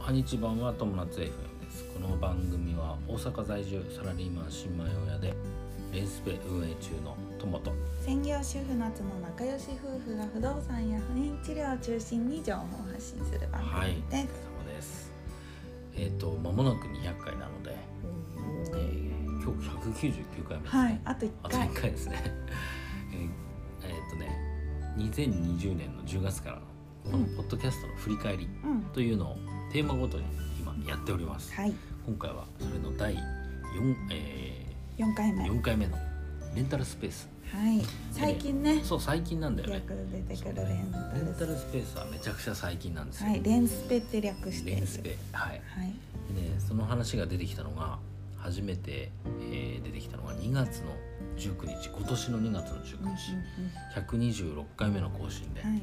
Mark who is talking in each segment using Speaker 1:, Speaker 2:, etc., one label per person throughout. Speaker 1: 半日版は友達 FM ですこの番組は大阪在住サラリーマン新米親でレースペ運営中の友と
Speaker 2: 専業主婦夏の仲良し夫婦が不動産や不妊治療を中心に情報を発信する番
Speaker 1: はい
Speaker 2: 組
Speaker 1: お疲
Speaker 2: で
Speaker 1: れ
Speaker 2: す
Speaker 1: 様、ですえっ、と間もなく200回なので、えー、今日199回目ですね、
Speaker 2: はいあと1
Speaker 1: あと
Speaker 2: 回
Speaker 1: 1回ですね えーえーっとね2020年の10月からこのポッドキャストの振り返り
Speaker 2: うん
Speaker 1: というのをテーマごとに今やっております、
Speaker 2: はい
Speaker 1: 今回はそれの第 4,、え
Speaker 2: 4回目
Speaker 1: ー、
Speaker 2: は
Speaker 1: 4回目のレンタルスペース
Speaker 2: い最近ね
Speaker 1: そう最近なんだよね
Speaker 2: よく出て
Speaker 1: そ
Speaker 2: く
Speaker 1: う
Speaker 2: る
Speaker 1: ね
Speaker 2: レン
Speaker 1: レン
Speaker 2: タ
Speaker 1: タル
Speaker 2: ル
Speaker 1: スペースはめちゃくちゃ最近なんですよ、
Speaker 2: はいレンスペって略してい
Speaker 1: レ
Speaker 2: る
Speaker 1: ンスペはい
Speaker 2: はい
Speaker 1: でねその話が出てきたのが初めて、えー出てきたのが2月の19日今年の2月の
Speaker 2: うんうん
Speaker 1: 19日、126回目の更新で、
Speaker 2: うんはい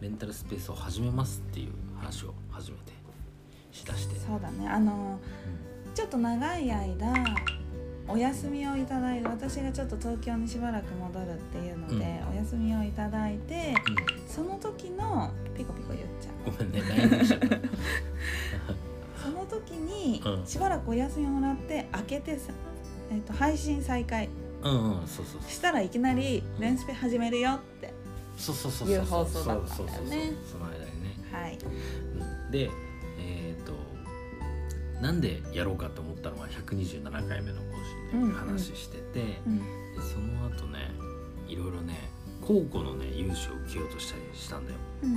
Speaker 1: レンタルスペースを始めますっていう話を初めてしだして、
Speaker 2: そうだねあの
Speaker 1: う
Speaker 2: ちょっと長い間お休みをいただいて私がちょっと東京にしばらく戻るっていうので、お休みをいただいて
Speaker 1: んうん
Speaker 2: その時のピコピコ言っちゃう
Speaker 1: ごめんね悩んできちゃった
Speaker 2: その時に
Speaker 1: うん
Speaker 2: しばらくお休みもらって開けてさ、えー、と配信再開
Speaker 1: うんうんそうそう
Speaker 2: したらいきなり「レンスペ始めるよ」って
Speaker 1: そうそうそうそう
Speaker 2: いう
Speaker 1: そ
Speaker 2: 放
Speaker 1: うそ
Speaker 2: 送
Speaker 1: うそ
Speaker 2: だ
Speaker 1: う
Speaker 2: った
Speaker 1: そ
Speaker 2: ん
Speaker 1: う
Speaker 2: だ
Speaker 1: そ
Speaker 2: よ
Speaker 1: う
Speaker 2: ね
Speaker 1: その間にね、
Speaker 2: はい
Speaker 1: うん、でえっ、となんでやろうかと思ったのは127回目の更
Speaker 2: う
Speaker 1: 新
Speaker 2: んう
Speaker 1: で
Speaker 2: ん
Speaker 1: 話してて、
Speaker 2: うん
Speaker 1: でその後ねいろいろね高校のね融資を受けようとしたりしたんだよ
Speaker 2: うん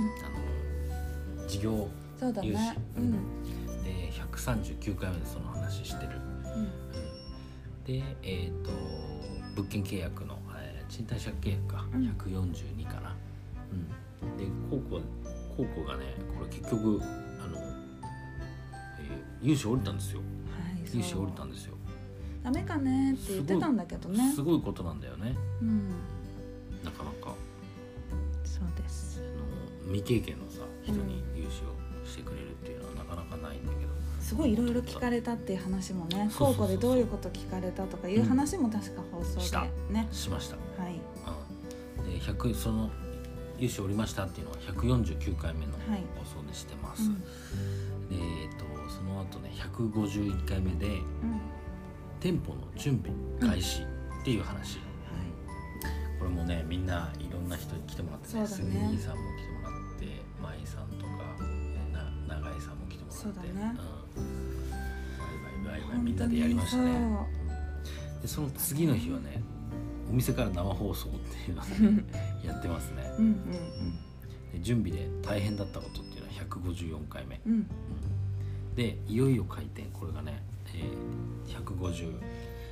Speaker 1: あの事業
Speaker 2: そうだ
Speaker 1: 融資
Speaker 2: ね、う
Speaker 1: うん
Speaker 2: ん
Speaker 1: で139回目でその話してる
Speaker 2: うん
Speaker 1: でえっ、と物件契約の、えー賃貸借契約か、
Speaker 2: うん
Speaker 1: 142かな、うん、で高校高校がねこれ結局あの、えー、融資降りたんですよ
Speaker 2: はい
Speaker 1: 融資降りた
Speaker 2: そうん
Speaker 1: ですよ
Speaker 2: ダメかねって言ってたんだけどね
Speaker 1: すごいことなんだよね
Speaker 2: うん
Speaker 1: なかなか
Speaker 2: そうです
Speaker 1: あの未経験のさ人に融資をしてくれるっていうのはなかなかないんだけど、
Speaker 2: すごいいろいろ聞かれたっていう話もね
Speaker 1: そうそ
Speaker 2: 高
Speaker 1: うそう
Speaker 2: 校でどういうこと聞かれたとかいう話も確か放送
Speaker 1: した
Speaker 2: でね、
Speaker 1: しました
Speaker 2: はい
Speaker 1: うんで100その融資おりましたっていうのは149回目の
Speaker 2: はい
Speaker 1: 放送でしてま
Speaker 2: う
Speaker 1: す、
Speaker 2: ん
Speaker 1: でえっとその後ね151回目で
Speaker 2: うんは
Speaker 1: 店舗の準備開始っていう話、
Speaker 2: い
Speaker 1: これもねみんないろんな人に来てもらって
Speaker 2: そうだね
Speaker 1: スミーさんも来てもらって舞さんとかな永井さんも来てもらって
Speaker 2: そうだね
Speaker 1: ん、バイバイバイバイみんなでやりましたね
Speaker 2: 本
Speaker 1: でその次の日はねお店から生放送っていうのを ねやってますね、
Speaker 2: 当にそううん
Speaker 1: で準備で大変だったことっていうのは154回目、
Speaker 2: うんうん
Speaker 1: でいよいよ開店これがね、えー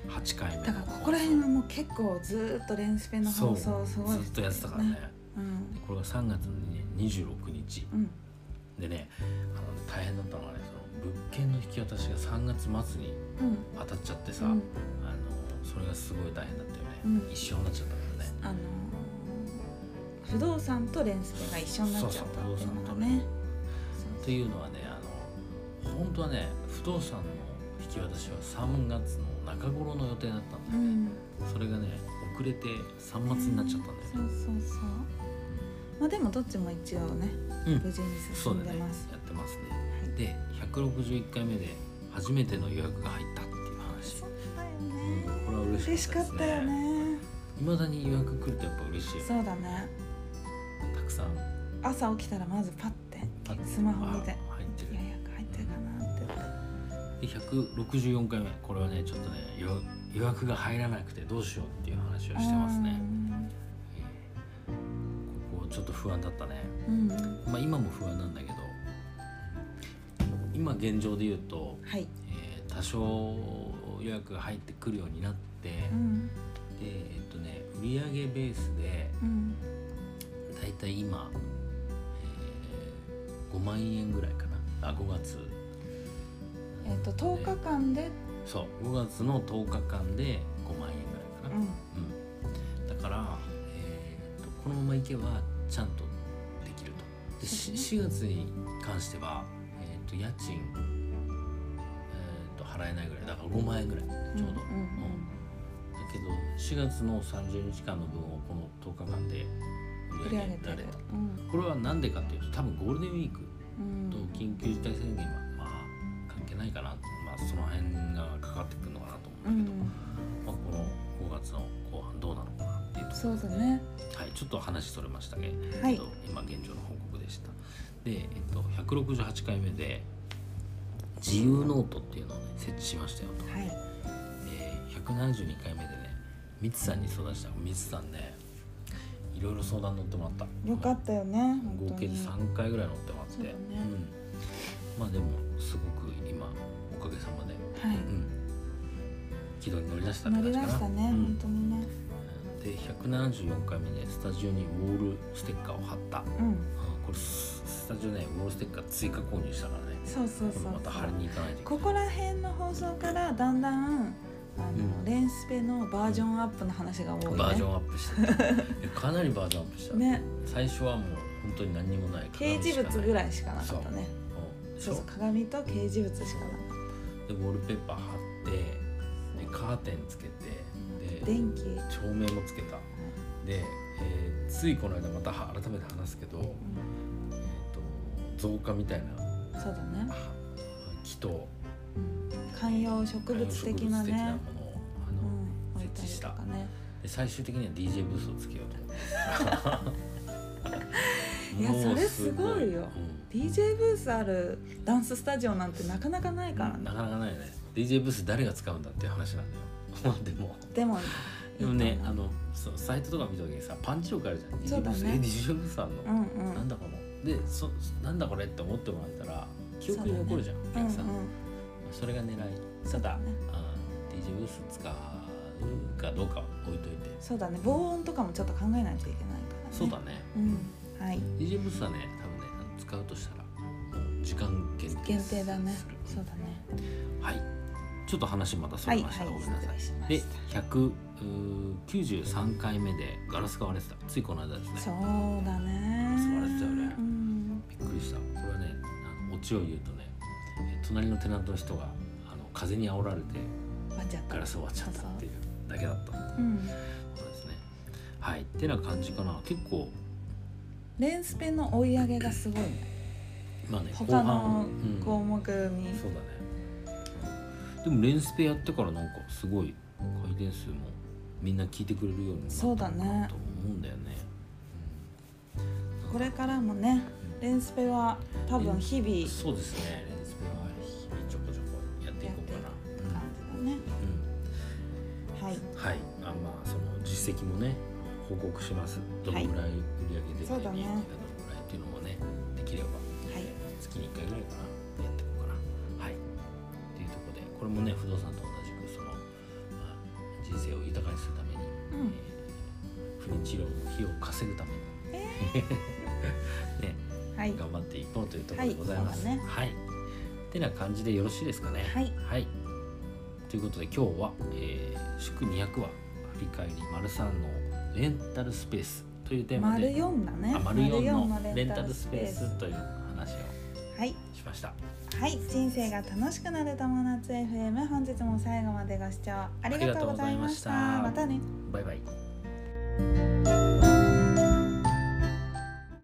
Speaker 1: 158回目
Speaker 2: だか
Speaker 1: の
Speaker 2: ら
Speaker 1: 放送
Speaker 2: ここら辺はもう結構ずーっとレンスペの放送すごい
Speaker 1: ずっとやってたからね
Speaker 2: うん
Speaker 1: でこれが3月の、ね、26日
Speaker 2: うん
Speaker 1: でねあの大変だったのはねその物件の引き渡しが3月末に
Speaker 2: うん
Speaker 1: 当たっちゃってさ、
Speaker 2: うん
Speaker 1: あのそれがすごい大変だったよね、
Speaker 2: うん
Speaker 1: 一緒になっちゃったからね
Speaker 2: あのー不動産とレンスペが一緒になっちゃったっていうのがね
Speaker 1: というのはねあの本当はね不動産の引き渡しは3月の中頃の予定だったんだよ
Speaker 2: うん
Speaker 1: それがね遅れて3末になっちゃったんだよね、
Speaker 2: そうそうそうまあでもどっちも一応ね
Speaker 1: うん
Speaker 2: 無事に
Speaker 1: そ
Speaker 2: 進
Speaker 1: うんだ
Speaker 2: で
Speaker 1: ねや
Speaker 2: ます、
Speaker 1: ってますね
Speaker 2: はい
Speaker 1: で161回目で初めての予約が入ったっていう話
Speaker 2: そうだよ
Speaker 1: これは
Speaker 2: ね
Speaker 1: 嬉
Speaker 2: 嬉
Speaker 1: し
Speaker 2: しか
Speaker 1: かっ
Speaker 2: った
Speaker 1: ですね
Speaker 2: たよね
Speaker 1: いまだに予約来るとやっぱ嬉しいよね
Speaker 2: そうだね
Speaker 1: たくさん
Speaker 2: 朝起きたらまずパッて
Speaker 1: パッて
Speaker 2: スマホ見て
Speaker 1: あ入って
Speaker 2: 予約入ってるかなって
Speaker 1: るで164回目これはねちょっとね予予約が入らなくてどうしようっていう話をしてますねここちょっと不安だったね
Speaker 2: うんうん
Speaker 1: まあ今も不安なんだけど今現状で言うと、
Speaker 2: はい
Speaker 1: えー多少予約が入ってくるようになって、
Speaker 2: うん
Speaker 1: でえっとね売上ベースで
Speaker 2: うん
Speaker 1: だいたい今、えー5万円ぐらいかなあ5月
Speaker 2: えっ、と10日間で
Speaker 1: そう5月の10日間で5万円ぐらいかな、
Speaker 2: う
Speaker 1: うんだから、えーっとこのままいけばちゃんとできるとでし4月に関しては、えーっと家賃、えーっと払えないぐらいだから5万円ぐらい
Speaker 2: ん
Speaker 1: ちょうど、
Speaker 2: うんうん
Speaker 1: だけど4月の30日間の分をこの10日間で
Speaker 2: うん
Speaker 1: 売
Speaker 2: 売
Speaker 1: り
Speaker 2: り
Speaker 1: 上
Speaker 2: 上
Speaker 1: げ
Speaker 2: げて
Speaker 1: られ
Speaker 2: る
Speaker 1: た
Speaker 2: うん
Speaker 1: これは何でかっていうと多分ゴールデンウィーク
Speaker 2: うん
Speaker 1: と緊急事態宣言が、まあ、けないかな、まあ、その辺がかかってくるのかなと
Speaker 2: う
Speaker 1: 思うんだけど、
Speaker 2: ん
Speaker 1: まあ、この5月の後半どうなのかなっていうとこ
Speaker 2: そうだね
Speaker 1: はい、ちょっと話それましたね、
Speaker 2: は
Speaker 1: えっ
Speaker 2: い
Speaker 1: と、今現状の報告でしたで、えっと、168回目で自由ノートっていうのをね設置しましたよと、
Speaker 2: はい
Speaker 1: えー172回目でねみつさんに相談したみつさんねいろいろ相談乗ってもらった
Speaker 2: よかったよね
Speaker 1: 合
Speaker 2: 本当
Speaker 1: 計で
Speaker 2: に
Speaker 1: 3回ぐらい乗ってもらって
Speaker 2: そうだね
Speaker 1: うん、まあでもすごく今おかげさまで、
Speaker 2: は
Speaker 1: うん、軌道に乗り出した
Speaker 2: い
Speaker 1: って
Speaker 2: なり
Speaker 1: 感じ
Speaker 2: ま
Speaker 1: か
Speaker 2: し
Speaker 1: な
Speaker 2: たね
Speaker 1: うん
Speaker 2: 本当にね
Speaker 1: で174回目でスタジオにウォールステッカーを貼った、
Speaker 2: うん
Speaker 1: これススタジオねウォールステッカー追加購入したからね
Speaker 2: そうそう
Speaker 1: これ
Speaker 2: そう
Speaker 1: また貼りに行かないといけ
Speaker 2: こ
Speaker 1: ない
Speaker 2: こら辺の放送からだんだんあの、
Speaker 1: うん
Speaker 2: レンスペのバージョンアップの話が多いね
Speaker 1: バージョンアッ プしてたかなりバージョンアップした、
Speaker 2: ね
Speaker 1: 最初はもう本当に何にもない
Speaker 2: 掲示物ぐらいしかなかったね
Speaker 1: うんでし
Speaker 2: そ
Speaker 1: ょ
Speaker 2: うそう鏡と掲示物しかなかっ
Speaker 1: でウォールペッパー貼ってでカーテンつけて
Speaker 2: た
Speaker 1: で
Speaker 2: 電気、
Speaker 1: 照明もつけたで、えーついこの間または改めて話すけど、
Speaker 2: う、
Speaker 1: えー、と造花みたいなん
Speaker 2: そうだね
Speaker 1: あ木と
Speaker 2: 観葉植物的なね
Speaker 1: 観葉植物的なものをあ
Speaker 2: う
Speaker 1: の、
Speaker 2: ん置いたりとかね
Speaker 1: で最終的には DJ ブースをつけようと思って
Speaker 2: いや
Speaker 1: もう
Speaker 2: それすごいよ
Speaker 1: うん
Speaker 2: DJ ブースあるダンススタジオなんてなかなかないからね
Speaker 1: なかなかないよね DJ ブース誰が使うんだっていう話なんだよ まあでも
Speaker 2: でも
Speaker 1: でもね
Speaker 2: いいかな
Speaker 1: あのそうサイトとか見た時にさパンチ力あるじゃん DJ
Speaker 2: そう
Speaker 1: ブ
Speaker 2: だ
Speaker 1: ース、
Speaker 2: ね
Speaker 1: え DJ ブースあんの、
Speaker 2: うんうん
Speaker 1: なんだこのでそなんだこれって思ってもらえたら記憶に残るじゃん、お
Speaker 2: うんう
Speaker 1: 客さんの、
Speaker 2: ん
Speaker 1: それが狙い
Speaker 2: そ
Speaker 1: た
Speaker 2: う
Speaker 1: だ
Speaker 2: だね
Speaker 1: あー DJ ブース使うかどうかは置いといて
Speaker 2: そうだね防音とかもちょっと考えないといけないからね
Speaker 1: そうだね
Speaker 2: うんはい
Speaker 1: DJ ブースはね多分ねあの使うとしたらもう時間限定
Speaker 2: 限
Speaker 1: す
Speaker 2: 定だね
Speaker 1: する
Speaker 2: そうだね
Speaker 1: はいちょっと話またそ
Speaker 2: は
Speaker 1: れ
Speaker 2: い
Speaker 1: まし
Speaker 2: は
Speaker 1: た、
Speaker 2: い
Speaker 1: ごめんな
Speaker 2: 失
Speaker 1: さい
Speaker 2: 礼しま
Speaker 1: で
Speaker 2: し
Speaker 1: 193回目でガラスが割れてたついこの間です
Speaker 2: たそ
Speaker 1: ね
Speaker 2: うだね
Speaker 1: そうだったよね
Speaker 2: うん
Speaker 1: びっくりしたこれはねあのオチを言うとねえ隣のテナントの人があの風に煽られて
Speaker 2: 割っちゃった
Speaker 1: ガラスを割っちゃったっていうだけだったこ
Speaker 2: うん
Speaker 1: とですねはいってな感じかな結構
Speaker 2: レンスペの追い上げがすごいね
Speaker 1: まあね後
Speaker 2: 他の
Speaker 1: 半、うん
Speaker 2: 項目に
Speaker 1: そうだねでもレンスペやってからなんかすごい回転数もみんな聞いてくれるようになった
Speaker 2: そうだね
Speaker 1: と思うんだよね
Speaker 2: これからもねレンスペは多分日々
Speaker 1: うんそうですねレンスペは日々ちょこちょこやっていこうかな
Speaker 2: 感じだね
Speaker 1: うん
Speaker 2: はい
Speaker 1: うんはいあまあその実績もね報告しますどのぐらい売り上げ出て、
Speaker 2: そうだね
Speaker 1: 利益がどのぐらいっていうのもねできれば
Speaker 2: はい
Speaker 1: 月に1回ぐらいかなやっていこうかなはいっていうところでこれもね不動産と同じくその、まあ、人生を豊かにするため
Speaker 2: う
Speaker 1: に、
Speaker 2: ん
Speaker 1: えー不妊治療の費用を稼ぐために、 ね
Speaker 2: はい
Speaker 1: 頑張っていこうというところでございます
Speaker 2: は
Speaker 1: はいい、ってな感じでよろしいですかね
Speaker 2: はい
Speaker 1: ということで今日は、えー祝200話振り返り丸三のレンタルスペースというテーマ
Speaker 2: 丸
Speaker 1: で
Speaker 2: 四だね
Speaker 1: あ丸4のレンタルスペースという話を
Speaker 2: はい
Speaker 1: しました
Speaker 2: はい人生が楽しくなる友達 FM 本日も最後までご視聴ありがとうございました
Speaker 1: ありがとうございました
Speaker 2: またね
Speaker 1: バイバイ